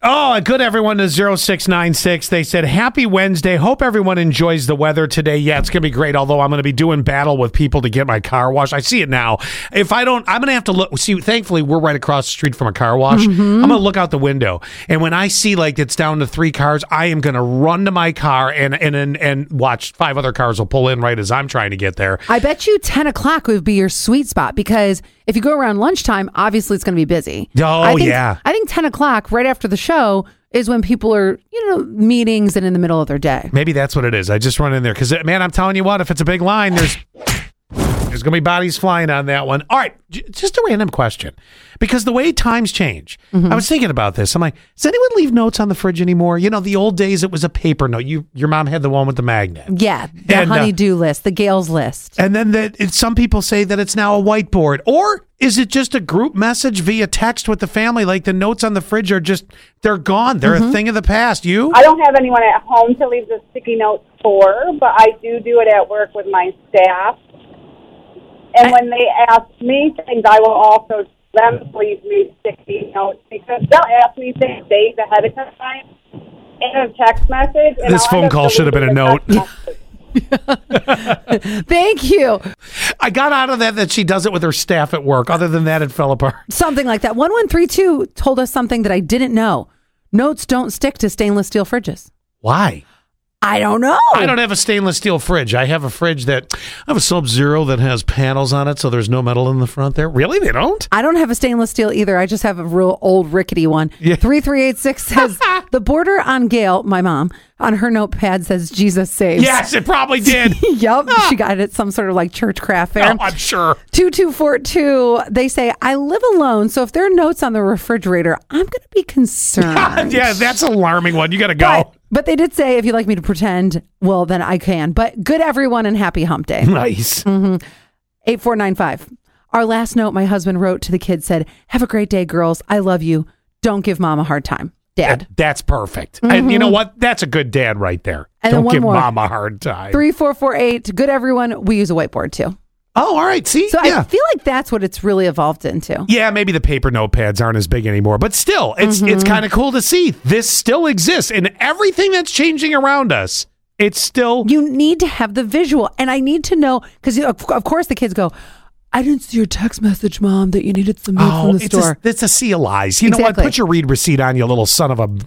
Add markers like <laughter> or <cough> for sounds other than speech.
Oh, a good everyone to 0696. They said, Happy Wednesday. Hope everyone enjoys the weather today. Yeah, it's going to be great, although I'm going to be doing battle with people to get my car washed. I see it now. If I don't, I'm going to have to look. See, thankfully, we're right across the street from a car wash. I'm going to look out the window. And when I see like it's down to three cars, I am going to run to my car and, and, and, and watch five other cars will pull in right as I'm trying to get there. I bet you 10 o'clock would be your sweet spot because if you go around lunchtime, obviously it's going to be busy. Oh, I think, yeah. I think 10 o'clock right after the show is when people are, you know, meetings and in the middle of their day. Maybe that's what it is. I just run in there because, man, I'm telling you what, if it's a big line, there's there's gonna be bodies flying on that one. All right, j- just a random question because the way times change, I was thinking about this. I'm like, does anyone leave notes on the fridge anymore? You know, the old days it was a paper note. You your mom had the one with the magnet. Yeah, the And, uh, honeydew list, the <laughs> Gales list. And then that it, some people say that it's now a whiteboard, or is it just a group message via text with the family? Like the notes on the fridge are just they're gone. They're a thing of the past. You I don't have anyone at home to leave the sticky notes for, but I do do it at work with my staff. And when they ask me things, I will also tell them please leave sticky notes because they'll ask me things days ahead of time in a text message. and This I'll phone end up call should have been a deleting the note. text message. Thank you. I got out of that that she does it with her staff at work. Other than that, it fell apart. Something like that. 1132 told us something that I didn't know. Notes don't stick to stainless steel fridges. Why? I don't know. I don't have a stainless steel fridge. I have a fridge that I have a Sub Zero that has panels on it, so there's no metal in the front there. Really, they don't? I don't have a stainless steel either. I just have a real old rickety one. Yeah. <laughs> 3386 says the border on Gail, my mom, on her notepad says Jesus saves. <laughs> Yes, it probably did. yep. She got it at some sort of like church craft fair. Oh, I'm sure. <laughs> 2242, they say, I live alone. So if there are notes on the refrigerator, I'm going to be <laughs> concerned. yeah, that's an alarming one. You got to go. But, but they did say, if you'd like me to pretend, well, then I can. But good, everyone, and happy hump day. nice. Mm-hmm. 8495. Our last note my husband wrote to the kids said, Have a great day, girls. I love you. Don't give mom a hard time. Dad. That's perfect. And you know what? That's a good dad right there. Mm-hmm. And then don't one give more. mom a hard time. 3448. Good, everyone. We use a whiteboard too. Oh, all right. See? So yeah. I feel like that's what it's really evolved into. Yeah, maybe the paper notepads aren't as big anymore, but still, it's it's Mm-hmm. kind of cool to see this still exists and everything that's changing around us. It's still You need to have the visual. And I need to know, because of, of course the kids go, I didn't see your text message, mom, that you needed some meat from the Oh, it's a- store. it's a sea of lies. You know what? Exactly. Put your read receipt on, you little son of a